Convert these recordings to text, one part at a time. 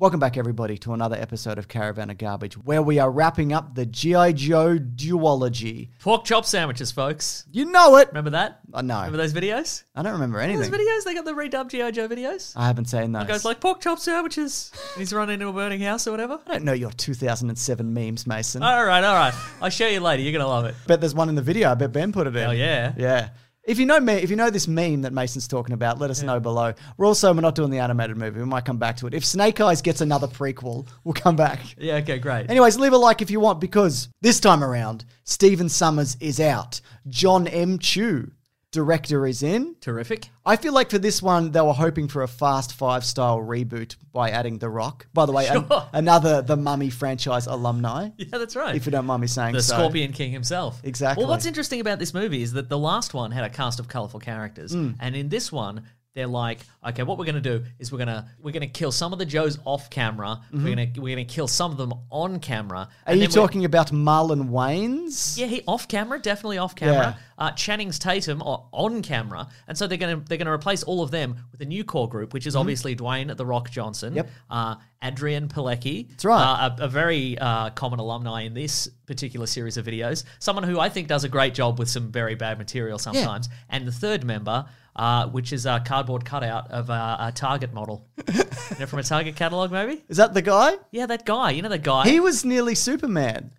Welcome back, everybody, to another episode of Caravan of Garbage, where we are wrapping up the G.I. Joe duology. Pork chop sandwiches, folks. You know it! Remember that? I know. Remember those videos? I don't remember Those anything. videos, they got the redubbed G.I. Joe videos. I haven't seen those. Guys like pork chop sandwiches. and he's running into a burning house or whatever. I don't know your 2007 memes, Mason. All right, all right. I'll show you later. You're going to love it. bet there's one in the video. I bet Ben put it in. Oh, yeah. Yeah. If you know me, if you know this meme that Mason's talking about, let us know below. We're also we're not doing the animated movie. We might come back to it. If Snake Eyes gets another prequel, we'll come back. Yeah, okay, great. Anyways, leave a like if you want because this time around, Stephen Summers is out. John M. Chu, director, is in. Terrific. I feel like for this one, they were hoping for a Fast Five style reboot by adding The Rock. By the way, an- Sure. another The Mummy franchise alumni, Yeah, that's right. if you don't mind me saying the so. Scorpion King himself. Exactly. Well, what's interesting about this movie is that the last one had a cast of colorful characters, Mm. and in this one, they're like, okay, what we're gonna do is we're gonna we're gonna kill some of the Joes off camera. We're gonna we're gonna kill some of them on camera. Mm-hmm. Are and you then we're- talking about Marlon Wayans? Yeah, he off camera, definitely off camera. Uh, Channing's Tatum are on camera, and so they're going to they're going to replace all of them with a new core group, which is obviously Dwayne the Rock Johnson, Mm-hmm. Yep. uh, Adrian Pilecki, that's right. uh, a, a very uh, common alumni in this particular series of videos. Someone who I think does a great job with some very bad material sometimes, and the third member. Uh, which is a cardboard cutout of uh, a Target model. you know, from a Target catalog, maybe? Is that the guy? Yeah, that guy. You know, that guy. He was nearly Superman.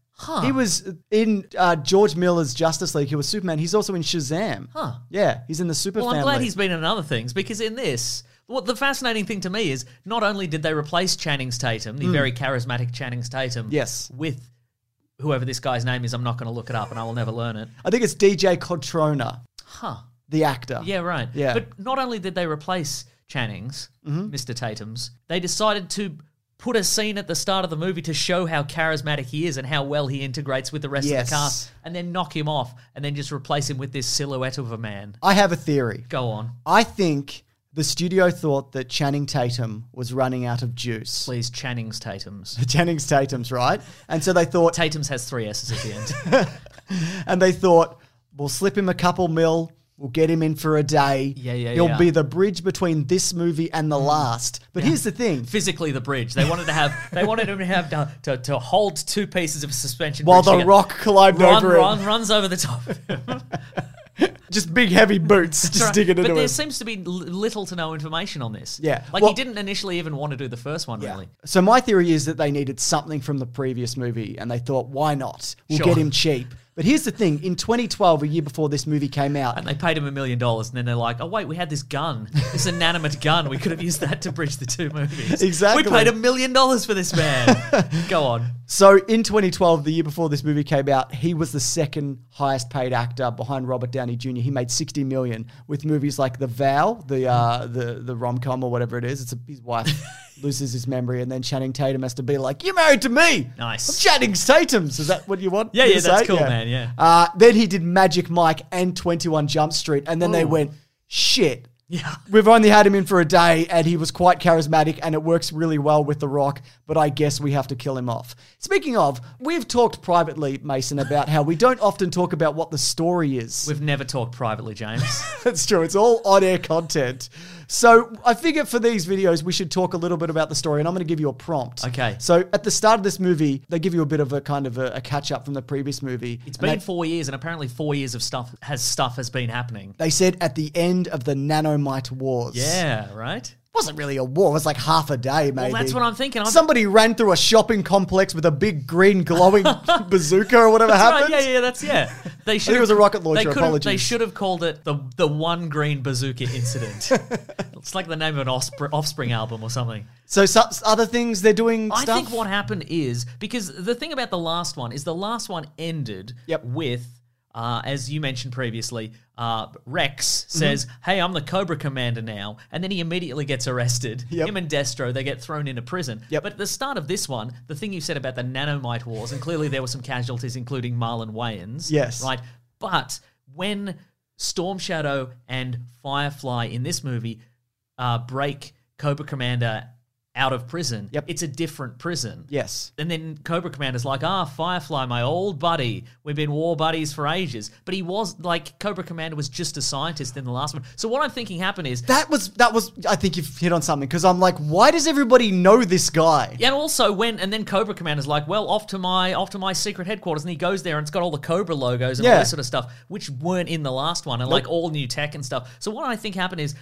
He was in uh, George Miller's Justice League. He was Superman. He's also in Shazam. Huh. Yeah, he's in the Super Well, I'm family. glad he's been in other things because in this, what the fascinating thing to me is not only did they replace Channing's Tatum, the very charismatic Channing's Tatum, Hmm. Yes. with whoever this guy's name is. I'm not going to look it up, and I will never learn it. I think it's DJ Cotrona, Huh? the actor. Yeah, right. Yeah. Mm-hmm. But not only did they replace Channing's, Mr. Tatum's, they decided to put a scene at the start of the movie to show how charismatic he is and how well he integrates with the rest of Yes. the cast, and then knock him off, and then just replace him with this silhouette of a man. I have a theory. Go on, I think the studio thought that Channing Tatum was running out of juice. please, Channing's Tatum's. Channing's Tatum's right, and so they thought, Tatum's has three S's at the end. and they thought, we'll slip him a couple mil. We'll get him in for a day. Yeah, yeah, He'll yeah. Mm. be the bridge between this movie and the last. But here's the thing: Physically, the bridge. They wanted to have. They wanted him to have to, to, to hold two pieces of suspension while bridge the together. rock climbed run, over run, him. runs over the top. of him. Just big heavy boots, just digging but into there it. seems to be l- little to no information on this. Yeah. like Well- he didn't initially even want to do the first one. Really, So my theory is that they needed something from the previous movie, and they thought, why not? We'll Sure. get him cheap. But here's the thing: in 2012, a year before this movie came out, and they paid him a million dollars, and then they're like, "Oh wait, we had this gun, this inanimate gun. We could have used that to bridge the two movies. Exactly. We paid a million dollars for this man. Go on. so in 2012, the year before this movie came out, he was the second highest paid actor behind Robert Downey Jr. He made 60 million with movies like The Vow, the uh, the the rom com or whatever it is. It's a, his wife loses his memory, and then Channing Tatum has to be like, "You're married to me." Nice. I'm Channing Tatum's. Is that what you want? Yeah, me to yeah, that's say? cool, man, yeah. Uh, then he did Magic Mike and 21 Jump Street, and then they went, shit, Yeah. We've only had him in for a day, and he was quite charismatic, and it works really well with The Rock, but I guess we have to kill him off. Speaking of, we've talked privately, Mason, about how we don't often talk about what the story is. We've never talked privately, James. That's true, it's all on air content. So I figure for these videos, we should talk a little bit about the story, and I'm going to give you a prompt. Okay. So at the start of this movie, they give you a bit of a kind of a, a catch up from the previous movie. It's been four years, and apparently four years of stuff has stuff has been happening. They said at the end of the Nanomite Wars. Yeah, right. wasn't really a war. It was like half a day, maybe. that's what I'm thinking. I'm- Somebody ran through a shopping complex with a big green glowing bazooka or whatever happened. Right, yeah, yeah, that's yeah. They should. it was a rocket launcher, They, could've- apologies. they should have called it the the one green bazooka incident. it's like the name of an offspring, offspring album or something. So, so other things they're doing I stuff. think what happened is because the thing about the last one is the last one ended Yep. with. Uh, as you mentioned previously, uh, Rex says, Mm-hmm. "Hey, I'm the Cobra Commander now," and then he immediately gets arrested. Yep. Him and Destro they get thrown into prison. Yep. But at the start of this one, the thing you said about the nanomite wars, and clearly there were some casualties, including Marlon Wayans. Yes. right. But when Storm Shadow and Firefly in this movie uh, break Cobra Commander out of prison, Yep. it's a different prison. yes. And then Cobra Commander's like, ah, Firefly, my old buddy. We've been war buddies for ages. But he was like, Cobra Commander was just a scientist in the last one. So what I'm thinking happened is. That was that was. I think you've hit on something because I'm like, why does everybody know this guy? and also when and then Cobra Commander's like, well, off to my off to my secret headquarters, and he goes there and it's got all the Cobra logos and Yeah. all this sort of stuff, which weren't in the last one, and like all new tech and stuff. So what I think happened is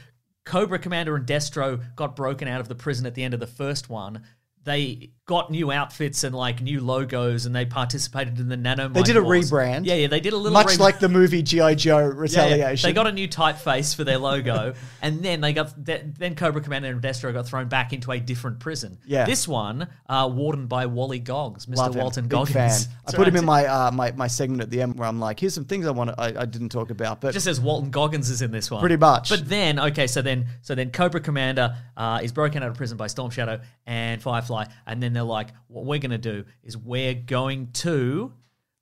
Cobra Commander and Destro got broken out of the prison at the end of the first one. They got new outfits and like new logos, and they participated in the nanomite. They did a wars. rebrand. Yeah, yeah, they did a little Much rebrand. like the movie GI Joe Yeah, yeah. Retaliation. They got a new typeface for their logo, and then they got th- then Cobra Commander and Destro got thrown back into a different prison. Yeah. this one uh, wardened by Wally Goggs, Mr. Love him. Walton Big Goggins. fan. I That's put him right. in my, uh, my my segment at the end where I'm like, here's some things I want I, I didn't talk about, but It just says Walton Goggins is in this one, Pretty much. But then, okay, so then, so then Cobra Commander uh, is broken out of prison by Storm Shadow and Firefly, and then they're like, "What we're going to do is we're going to."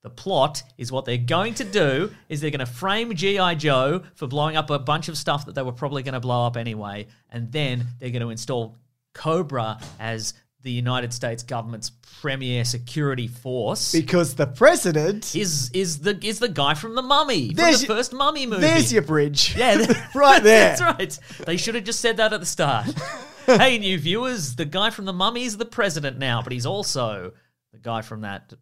The plot is what they're going to do is they're going to frame GI Joe for blowing up a bunch of stuff that they were probably going to blow up anyway, and then they're going to install Cobra as the United States government's premier security force. because the president, is is the is the guy from the Mummy from There's the your- first Mummy movie? there's your bridge. Yeah, that- Right there. That's right. They should have just said that at the start. hey, new viewers, the guy from the Mummy is the president now, but he's also the guy from that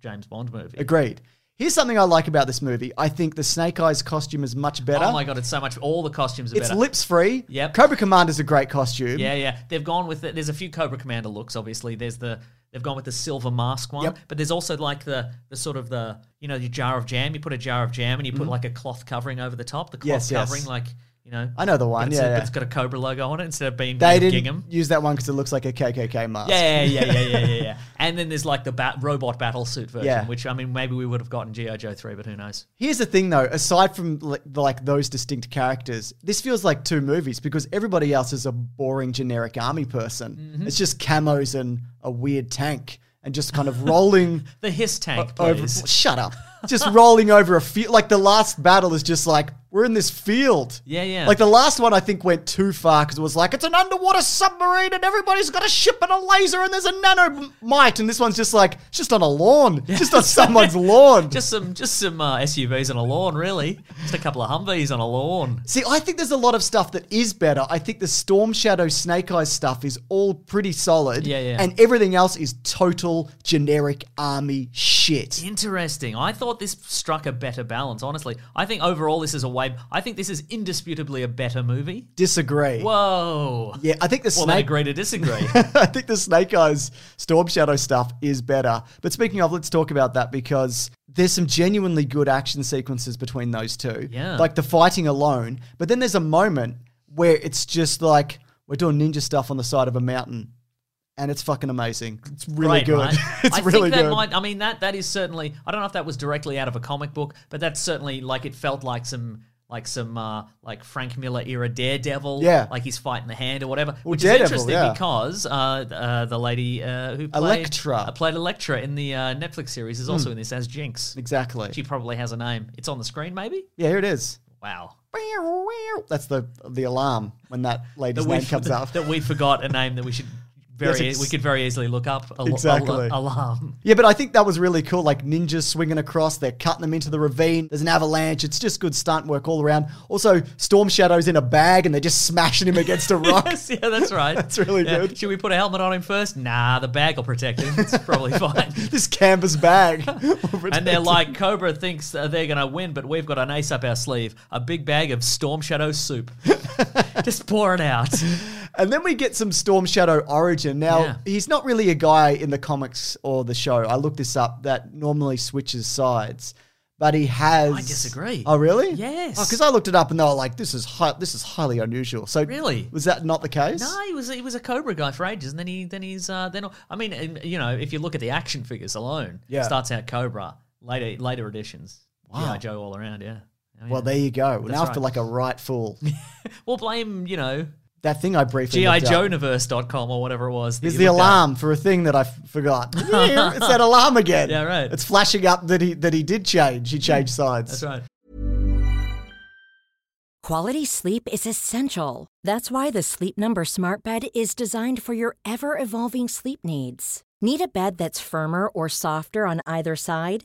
James Bond movie. Oh Agreed. Here's something I like about this movie. I think the Snake Eyes costume is much better. Oh my god, it's so much. All the costumes are it's better. lips free. Yep. Cobra Commander's a great costume. yeah, yeah. They've gone with it. There's a few Cobra Commander looks. Obviously, there's the they've gone with the silver mask one, Yep. but there's also like the the sort of the you know your jar of jam. You put a jar of jam and you put like a cloth covering over the top. The cloth Mm-hmm. Yes, yes. covering like. You know, I know the one, But it's, yeah, yeah. but it's got a Cobra logo on it instead of being They made of didn't gingham. use that one because it looks like a KKK mask. Yeah, yeah, yeah, yeah, yeah, yeah, yeah. And then there's like the bat- robot battlesuit version, Yeah. which I mean, maybe we would have gotten GI Joe three, but who knows? Here's the thing, though. Aside from like, the- like those distinct characters, this feels like two movies because everybody else is a boring generic army person. Mm-hmm. It's just camos and a weird tank and just kind of rolling The hiss tank, over. please. Shut up. Just rolling over a field. Like the last battle is just like we're in this field. Yeah, yeah. Like the last one, I think went too far because it was like it's an underwater submarine and everybody's got a ship and a laser and there's a nanomite and this one's just like it's just on a lawn, just on someone's lawn. Just some, just some uh, SUVs on a lawn, really. Just a couple of Humvees on a lawn. See, I think there's a lot of stuff that is better. I think the Storm Shadow Snake Eyes stuff is all pretty solid. Yeah, yeah. And everything else is total generic army shit. Interesting. I thought this struck a better balance. Honestly, I think overall this is a way. I think this is indisputably a better movie. Disagree. Whoa. Yeah, I think the Well, then snake. agree to disagree. I think the Snake Eyes Storm Shadow stuff is better. But speaking of, let's talk about that because there's some genuinely good action sequences between those two. Yeah. Like the fighting alone. But then there's a moment where it's just like we're doing ninja stuff on the side of a mountain. And it's fucking amazing. It's really Right, good. right? It's I really think that good. might. I mean that that is certainly. I don't know if that was directly out of a comic book, but that's certainly like it felt like some like some uh, like Frank Miller era Daredevil. Yeah. like he's fighting the hand or whatever, which Daredevil, is interesting yeah. because uh, uh, the lady uh, who played Elektra. Hmm. uh, played Electra in the uh, Netflix series is also in this as Jinx. Exactly. She probably has a name. It's on the screen, maybe. Yeah, here it is. Wow. That's the the alarm when that lady's we name comes up. that we forgot a name that we should very e, Yes, ex- we could very easily look up. Al- Exactly. al- alarm. Yeah, but I think that was really cool. Like ninjas swinging across, they're cutting them into the ravine. There's an avalanche. It's just good stunt work all around. Also, Storm Shadow's in a bag and they're just smashing him against a rock. Yes, yeah, that's right. that's really yeah. good. Should we put a helmet on him first? Nah, the bag will protect him. It's probably fine. This canvas bag. And they're like, Cobra thinks uh, they're going to win, but we've got an ace up our sleeve. A big bag of Storm Shadow soup. Just pour it out. And then we get some Storm Shadow origin. Now, Yeah. he's not really a guy in the comics or the show. I looked this up that normally switches sides. But he has. I disagree. Oh, really? Yes. Because I looked it up and they were like, "This is hi- this is highly unusual." So Really? was that not the case? No, he was he was a Cobra guy for ages, and then he then he's uh, then I mean, and, you know, if you look at the action figures alone, Yeah. starts out Cobra later later editions. Wow, GI Joe all around, yeah. Oh, yeah. Well, there you go. now I right. feel like a right fool. we'll blame you know that thing I briefly GI looked up Joeverse.com or whatever it was. that is you the looked at. alarm for a thing that I f- forgot. it's that alarm again. Yeah, right. It's flashing up that he that he did change. He changed sides. That's right. Quality sleep is essential. That's why the Sleep Number Smart Bed is designed for your ever evolving sleep needs. Need a bed that's firmer or softer on either side?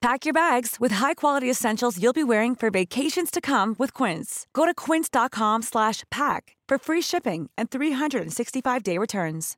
Pack your bags with high-quality essentials you'll be wearing for vacations to come with Quince. Go to quince.com slash pack for free shipping and 365-day returns.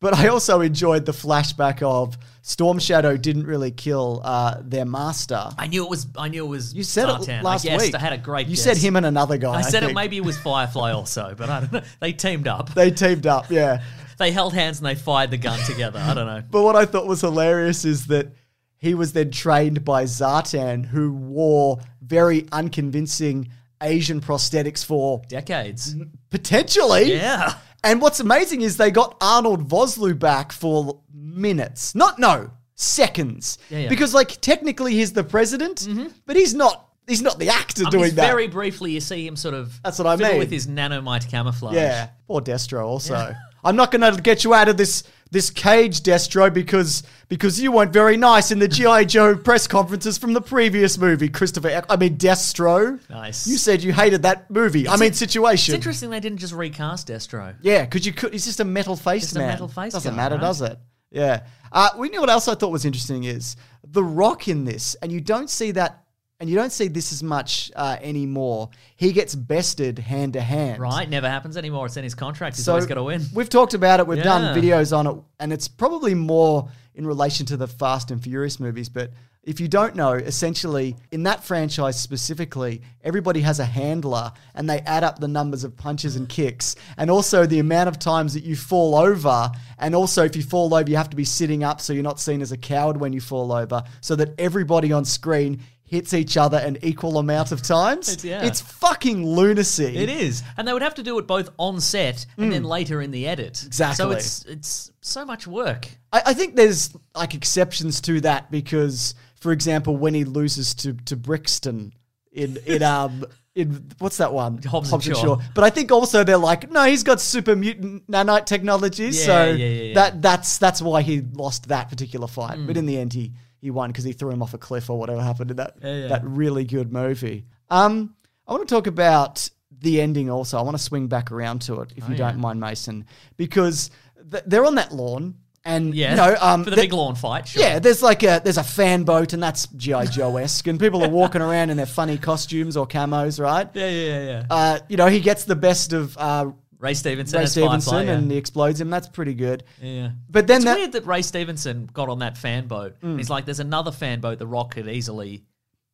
But I also enjoyed the flashback of Storm Shadow didn't really kill uh, their master. I knew it was. I knew it was. You said Zartan. it last I guessed. week. I had a great. You guess. said him and another guy. I, said it think. maybe it was Firefly also, but I don't know. They teamed up. they teamed up. Yeah. They held hands and they fired the gun together. I don't know. But what I thought was hilarious is that he was then trained by Zartan, who wore very unconvincing Asian prosthetics for Decades. Mm-hmm. potentially. Yeah. And what's amazing is they got Arnold Vosloo back for minutes. Not no seconds. yeah. Because like technically he's the president, but he's not. He's not the actor I mean, doing that. Um, Very briefly, you see him sort of. That's what I fiddle mean. With his nanomite camouflage. yeah. Poor Destro. Also, I'm not going to get you out of this this cage, Destro, because because you weren't very nice in the GI Joe press conferences from the previous movie, Christopher. Eck- I mean, Destro. Nice. You said you hated that movie. I mean, It's situation. interesting they didn't just recast Destro. Yeah, because you could. He's just a metal faced Just a man. metal-faced Doesn't guy, matter, right? does it? Yeah. Uh, we knew what else I thought was interesting is the Rock in this, and you don't see that and you don't see this as much uh, anymore. He gets bested hand to hand. Right? Never happens anymore. It's in his contract. He's So always got to win. We've talked about it. We've done Yeah. videos on it, and it's probably more in relation to the Fast and Furious movies. But if you don't know, essentially in that franchise specifically, everybody has a handler, and they add up the numbers of punches and kicks, and also the amount of times that you fall over. And also, if you fall over, you have to be sitting up so you're not seen as a coward when you fall over, so that everybody on screen. Hits each other an equal amount of times. It's, yeah. fucking lunacy. It is, and they would have to do it both on set and then later in the edit. So Mm. Exactly. it's it's so much work. I, I think there's like exceptions to that because, for example, when he loses to to Brixton in in um in what's that one Hobbs and Shaw. But I think also they're like, no, he's got super mutant nanite technology, Yeah, so yeah, yeah, Hmm. yeah. that that's that's why he lost that particular fight. But in the end, he he won because he threw him off a cliff or whatever happened in that that really good movie. Um, I want to talk about the ending also. I want to swing back around to Oh, it if you don't mind, Mason, because th- they're on that lawn. And Yeah. you know, um, for the th- big lawn fight. Sure. yeah, there's like a there's a fan boat, and that's GI Joe esque, and people are walking around in their funny costumes or camos, right? Yeah, yeah, yeah, yeah. Uh, you know, he gets the best of uh, Ray Stevenson. Ray as Firefly, Stevenson, yeah. and he explodes him. That's pretty good. Yeah. But then it's that Hmm. weird that Ray Stevenson got on that fan boat. He's like, there's another fan boat the Rock could easily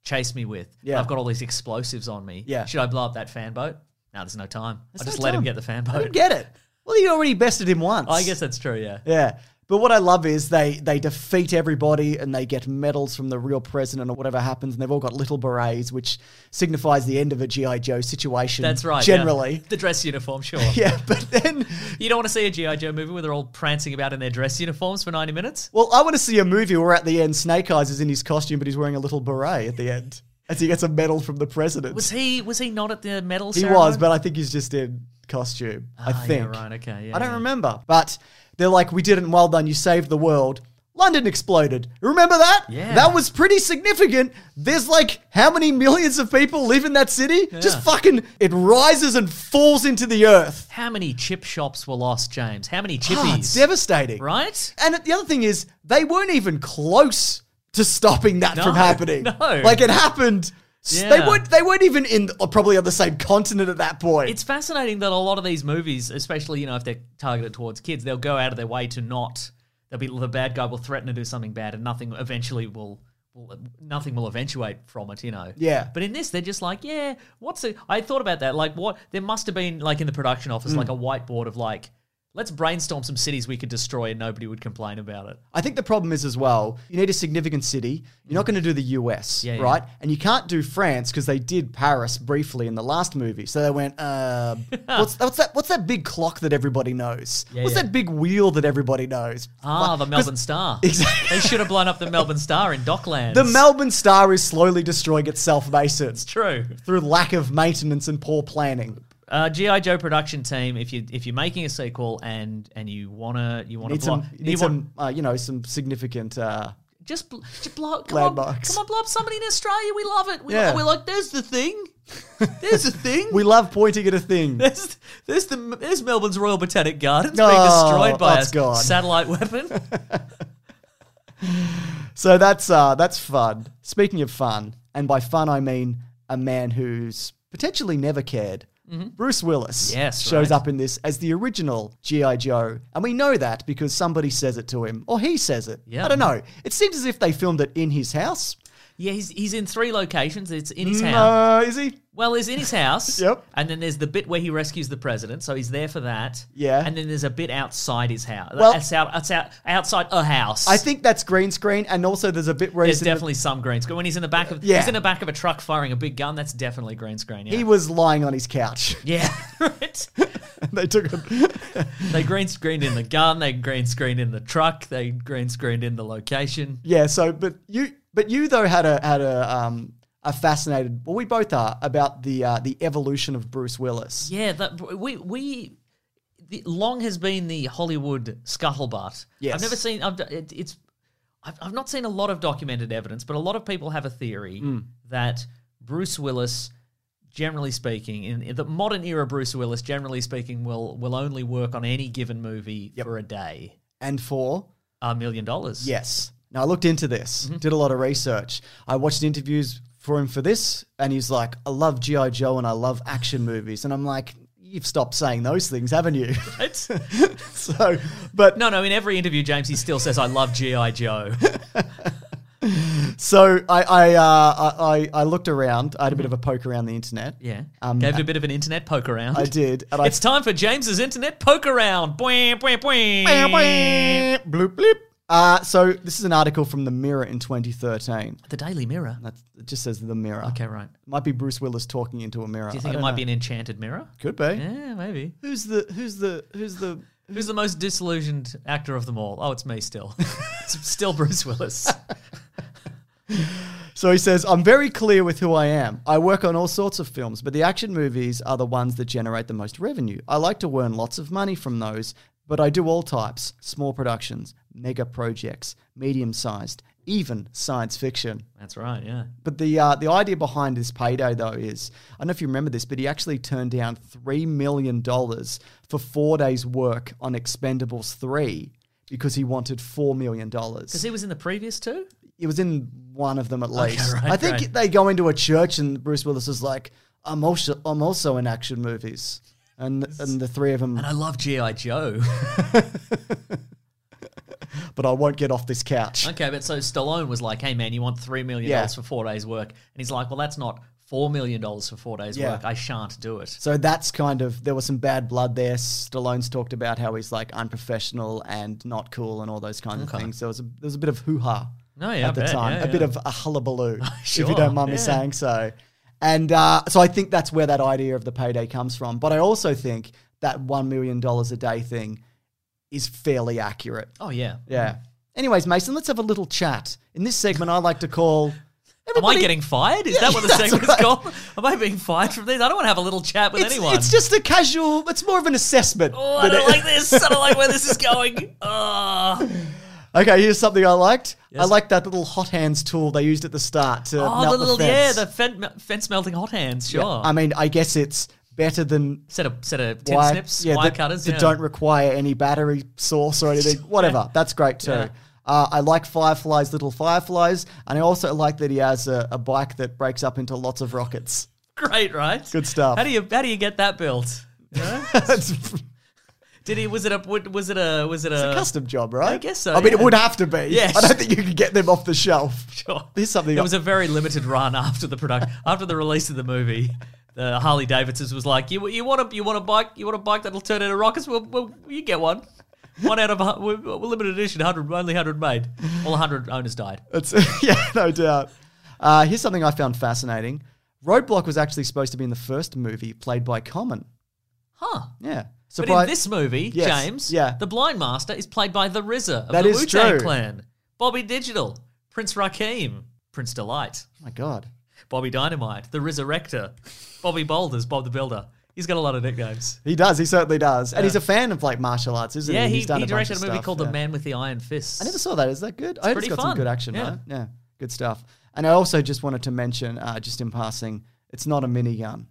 chase me with. Yeah. I've got all these explosives on me. Yeah. Should I blow up that fan boat? No, there's no time. I just no let him time. get the fan I don't boat. get it. Well, he already bested him once. I guess that's true, yeah. Yeah. But what I love is they they defeat everybody and they get medals from the real president or whatever happens, and they've all got little berets, which signifies the end of a GI Joe situation. That's right. yeah. Generally. The dress uniform, sure. yeah but then You don't want to see a G.I. Joe movie where they're all prancing about in their dress uniforms for 90 minutes? Well, I want to see a movie where at the end Snake Eyes is in his costume, but he's wearing a little beret at the end as he gets a medal from the president. Was he was he not at the medal he ceremony? was, but I think he's just in costume. I Ah, yeah, think. right, okay, yeah, I don't yeah. remember, but they're like, "We did it. and Well done. You saved the world." London exploded. Remember that? Yeah. That was pretty significant. There's like how many millions of people live in that city? Just fucking it rises and falls into the earth. How many chip shops were lost, James? How many chippies? Ah, it's devastating. right? And the other thing is, they weren't even close to stopping that No, from happening. no. Like it happened. s- They Yeah. weren't. They weren't even in or probably on the same continent at that point. It's fascinating that a lot of these movies, especially you know if they're targeted towards kids, they'll go out of their way to not. They'll be the bad guy will threaten to do something bad, and nothing eventually will. will Nothing will eventuate from it, you know. Yeah. But in this, they're just like, yeah, what's it? I thought about that. Like, what? There must have been, like, in the production office, Mm. like a whiteboard of, like, let's brainstorm some cities we could destroy and nobody would complain about it. I think the problem is as well. You need a significant city. You're not going to do the US, Yeah, yeah. right? And you can't do France because they did Paris briefly in the last movie. So they went, uh, what's, what's that? What's that big clock that everybody knows? what's yeah. that big wheel that everybody knows? Ah, the Melbourne Star. Exactly. They should have blown up the Melbourne Star in Docklands. The Melbourne Star is slowly destroying itself, Mason, True. through lack of maintenance and poor planning. Uh, GI Joe production team, if you if you're making a sequel and and you wanna you wanna need blow, some, you need want- some, uh, you know, some significant. Uh, just bl- just blow come Landmarks. on come on blow up somebody in Australia we love it we Yeah. lo- we're like there's the thing there's the thing we love pointing at a thing. there's there's the there's Melbourne's Royal Botanic Gardens being Oh, destroyed by a that's gone. satellite weapon so that's uh, that's fun. Speaking of fun, and by fun I mean a man who's potentially never cared. Bruce Willis Mm-hmm. Yes, shows right. up in this as the original G.I. Joe. And we know that because somebody says it to him or he says it. Yeah. I don't know. It seems as if they filmed it in his house. yeah he's he's in three locations it's in his house No, Uh, is he? Well, he's in his house. Yep. And then there's the bit where he rescues the president, so he's there for that. Yeah. And then there's a bit outside his house. Well- Well, it's out, it's out, outside a house. I think that's green screen. And also there's a bit where there's he's in the- definitely some green screen. When he's in the back of Yeah. he's in the back of a truck firing a big gun, that's definitely green screen. Yeah. he was lying on his couch. yeah. right. they took him. They green screened in the gun. They green screened in the truck. They green screened in the location. Yeah. So, but you, but you though had a had a um a fascinated. Well, we both are about the uh, the evolution of Bruce Willis. Yeah, that we we the, long has been the Hollywood scuttlebutt. Yes. I've never seen. I've, it, it's I've, I've not seen a lot of documented evidence, but a lot of people have a theory Hmm. that Bruce Willis, generally speaking, in, in the modern era, Bruce Willis, generally speaking, will will only work on any given movie for a day. And for A million dollars. Mm-hmm. yes, now I looked into this, did a lot of research. I watched interviews for him for this, and he's like, I love G.I. Joe and I love action movies. And I'm like, You've stopped saying those things, haven't you? It's, so, but no, no. In every interview, James, he still says, "I love GI Joe." so I I, uh, I I looked around. I had a bit of a poke around the internet. Yeah, Um, gave it a bit of an internet poke around. I did, and I It's time for James's internet poke around. Boing, boing, boing. bloop bloop. Uh, so this is an article from the Mirror in 2013. The Daily Mirror. That's, it just says the Mirror. Okay, right. Might be Bruce Willis talking into a mirror. Do you think it might be an enchanted mirror? Could be. Yeah, maybe. Who's the Who's the Who's the Who's the most disillusioned actor of them all? Oh, it's me still. it's still Bruce Willis. So he says, I'm very clear with who I am. I work on all sorts of films, but the action movies are the ones that generate the most revenue. I like to earn lots of money from those, but I do all types small productions, mega projects, medium sized, even science fiction. That's right, yeah. But the uh, the idea behind this payday though is I don't know if you remember this, but he actually turned down three million dollars for four days' work on Expendables three because he wanted four million Because dollars. he was in the previous two? It was in one of them at least. right, I think right. they go into a church and Bruce Willis is like, "I'm also I'm also in action movies," and and the three of them. And I love G.I. Joe. But I won't get off this couch. okay, but so Stallone was like, hey, man, you want $3 million Yeah. for four days' work? And he's like, well, that's not $4 million for four days' Yeah. work. I shan't do it. So that's kind of there was some bad blood there. Stallone's talked about how he's like unprofessional and not cool and all those kinds of things. So it was a, there was a bit of hoo ha No, yeah, I at the bet. time, Yeah, a bit yeah. of a hullabaloo, if Sure, you don't mind me yeah. saying so. And uh, so I think that's where that idea of the payday comes from. But I also think that one million dollars a day thing is fairly accurate. Oh, yeah. Yeah. Anyways, Mason, let's have a little chat in this segment. I like to call. Am I Everybody- getting fired? Is that what the that's segment's right. called? Am I being fired from this? I don't want to have a little chat with It's, anyone. it's just a casual. It's more of an assessment. oh, I than don't it- like this. I don't like where this is going. Oh, Okay, here's something I liked. I liked that little hot hands tool they used at the start to oh melt the, the little yeah, fence. the fen- fence melting hot hands. Sure. I mean, I guess it's better than set of set of tin wire- snips, yeah, wire that, cutters. that yeah. don't require any battery source or anything. Whatever, that's great too. Yeah. Uh, I like Firefly's little Fireflies, and I also like that he has a, a bike that breaks up into lots of rockets. Great, right? Good stuff. How do you how do you get that built? You know? That's Did he? Was it a? Was it a? Was it a, a custom job, right? Uh, I guess so, I mean, it yeah. would have to be. Yes. I don't think you could get them off the shelf. Sure. There's something. It was a very limited run after the product after the release of the movie. The Harley Davidsons was like, you you want a you want a bike you want a bike that'll turn into rockets? Well, well you get one. One out of a hu- we- we- limited edition, hundred only hundred made. All hundred owners died. It's yeah, no doubt. Uh, here's something I found fascinating. Roadblock was actually supposed to be in the first movie, played by Common. Huh. Yeah. So But by- in this movie, Yes, James, yeah. the blind master is played by the RZA of That the is Wu Tang true. Clan, Bobby Digital, Prince Rakim, Prince Delight, oh my God. Bobby Dynamite, the Resurrector, Bobby Boulders, Bob the Builder. He's got a lot of nicknames. He does. He certainly does. And he's a fan of like martial arts, isn't Yeah, he? he, He's done he a bunch directed of a movie stuff, called yeah. The Man with the Iron Fist. I never saw that. Is that good? I heard pretty it's got fun. some good action, Yeah. right? Yeah, good stuff. And I also just wanted to mention, uh, just in passing, it's not a minigun.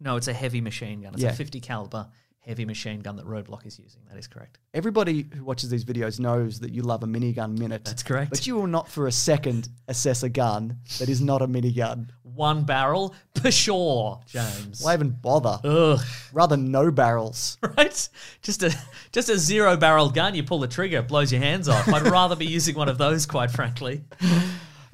No, it's a heavy machine gun. It's Yeah. a 50 caliber heavy machine gun that Roadblock is using. That is correct. Everybody who watches these videos knows that you love a minigun minute. That's correct. But you will not for a second assess a gun that is not a minigun. One barrel, pshaw, James. Why even bother? Ugh. Rather no barrels. right? Just a just a zero barrel gun. You pull the trigger, it blows your hands off. I'd rather be using one of those, quite frankly.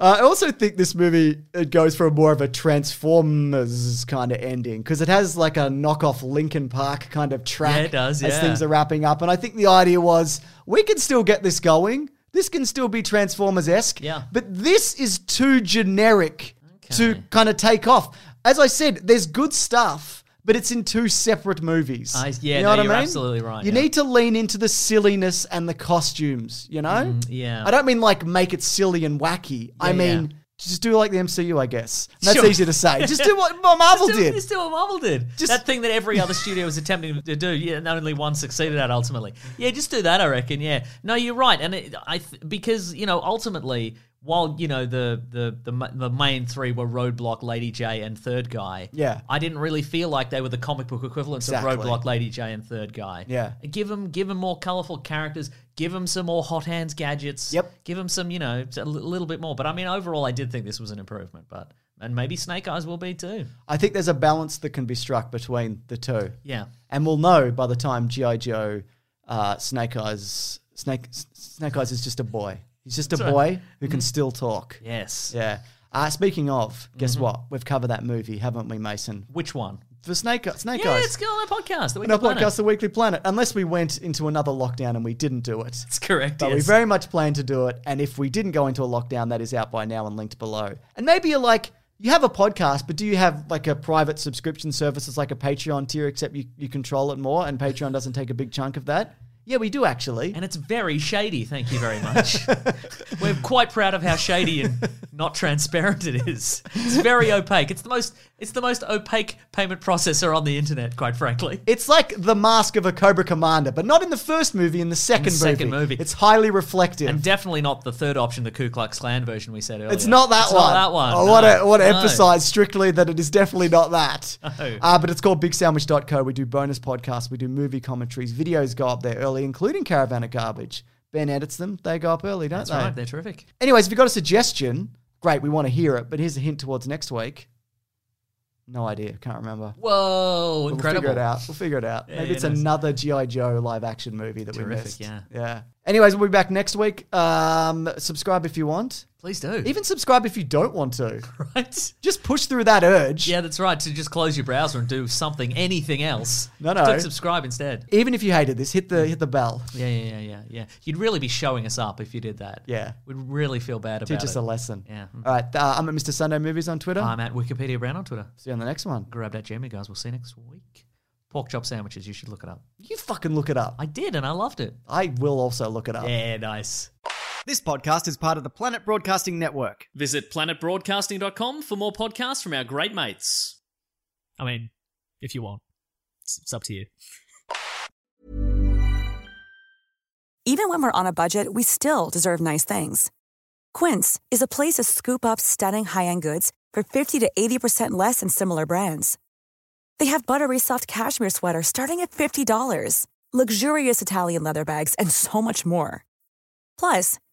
Uh, I also think this movie it goes for a more of a Transformers kind of ending because it has like a knockoff Linkin Park kind of track Yeah, it does, as yeah. things are wrapping up. And I think the idea was we can still get this going. This can still be Transformers esque. Yeah. But this is too generic to kind of take off. As I said, there's good stuff. But it's in two separate movies. I- yeah, no, you're absolutely right, You yeah. need to lean into the silliness and the costumes. You know, yeah. I don't mean like make it silly and wacky. I Yeah, mean, yeah. just do like the MCU, I guess. And that's Sure. easy to say. Just do what Marvel Still- did. Still what Marvel did. Just- that thing that every other studio was attempting to do, yeah, and only one succeeded at ultimately. Yeah, just do that, I reckon. Yeah. No, you're right. And it, I th- because, you know, ultimately, while you know the the the, ma- the main three were Roadblock, Lady J, and Third Guy. Yeah. I didn't really feel like they were the comic book equivalents Exactly. of Roadblock, Lady J, and Third Guy. Yeah. give them give them more colorful characters. Give them some more hot hands gadgets. Yep. Give them some you know a li- little bit more. But I mean, overall, I did think this was an improvement. But and maybe Snake Eyes will be too. I think there's a balance that can be struck between the two. Yeah. And we'll know by the time G.I. Joe uh, Snake Eyes Snake S- Snake Eyes is just a boy. He's just a boy who can still talk. Mm-hmm. Yes. Mm-hmm. Yeah. Uh, speaking of, guess what? We've covered that movie, haven't we, Mason? Which one? For Snake Snake Yeah, Eyes. it's on our podcast. The on our Weekly Planet. podcast, The Weekly Planet, unless we went into another lockdown and we didn't do it. That's correct. But we yes. very much plan to do it. And if we didn't go into a lockdown, that is out by now and linked below. And maybe you're like, you have a podcast, but do you have like a private subscription service that's like a Patreon tier, except you, you control it more and Patreon doesn't take a big chunk of that? Yeah, we do actually. and it's very shady. Thank you very much. We're quite proud of how shady and not transparent it is. It's very opaque. It's the most. It's the most opaque payment processor on the internet. Quite frankly. It's like the mask of a Cobra Commander, but not in the first movie, in the second, second movie. It's highly reflective. And definitely not the third option, the Ku Klux Klan version we said earlier. It's not that It's one. Oh, Not that one. I want to no, want to no. emphasize strictly that it is definitely not that. Uh, but it's called BigSandwich.co. We do bonus podcasts. We do movie commentaries. Videos go up there early, including Caravan of Garbage. Ben edits them. They go up early, don't That's they? right. They're terrific. Anyways, if you've got a suggestion, great. We want to hear it. But here's a hint towards next week. No idea. Can't remember. Whoa! But incredible. We'll figure it out. We'll figure it out. Maybe yeah, it's nice. another G.I. Joe live action movie that we Terrific, missed. yeah. Yeah. Anyways, we'll be back next week. Um, subscribe if you want. Please do. Even subscribe if you don't want to. right. Just push through that urge. Yeah, that's right. To just close your browser and do something, anything else. No, no. Click subscribe instead. Even if you hated this, hit the hit the bell. Yeah, yeah, yeah, yeah, yeah. You'd really be showing us up if you did that. Yeah. We'd really feel bad about Teach us it. a lesson. Yeah. Hmm. All right. Uh, I'm at Mr. Sunday Movies on Twitter. I'm at Wikipedia Brown on Twitter. See you on the next one. Grab that gem, you guys. We'll see you next week. Pork chop sandwiches. You should look it up. You fucking look it up. I did, and I loved it. I will also look it up. Yeah, nice. This podcast is part of the Planet Broadcasting Network. Visit planetbroadcasting.com for more podcasts from our great mates. I mean, if you want, it's, it's up to you. Even when we're on a budget, we still deserve nice things. Quince is a place to scoop up stunning high-end goods for 50 to 80% less than similar brands. They have buttery soft cashmere sweaters starting at $50, luxurious Italian leather bags, and so much more. Plus,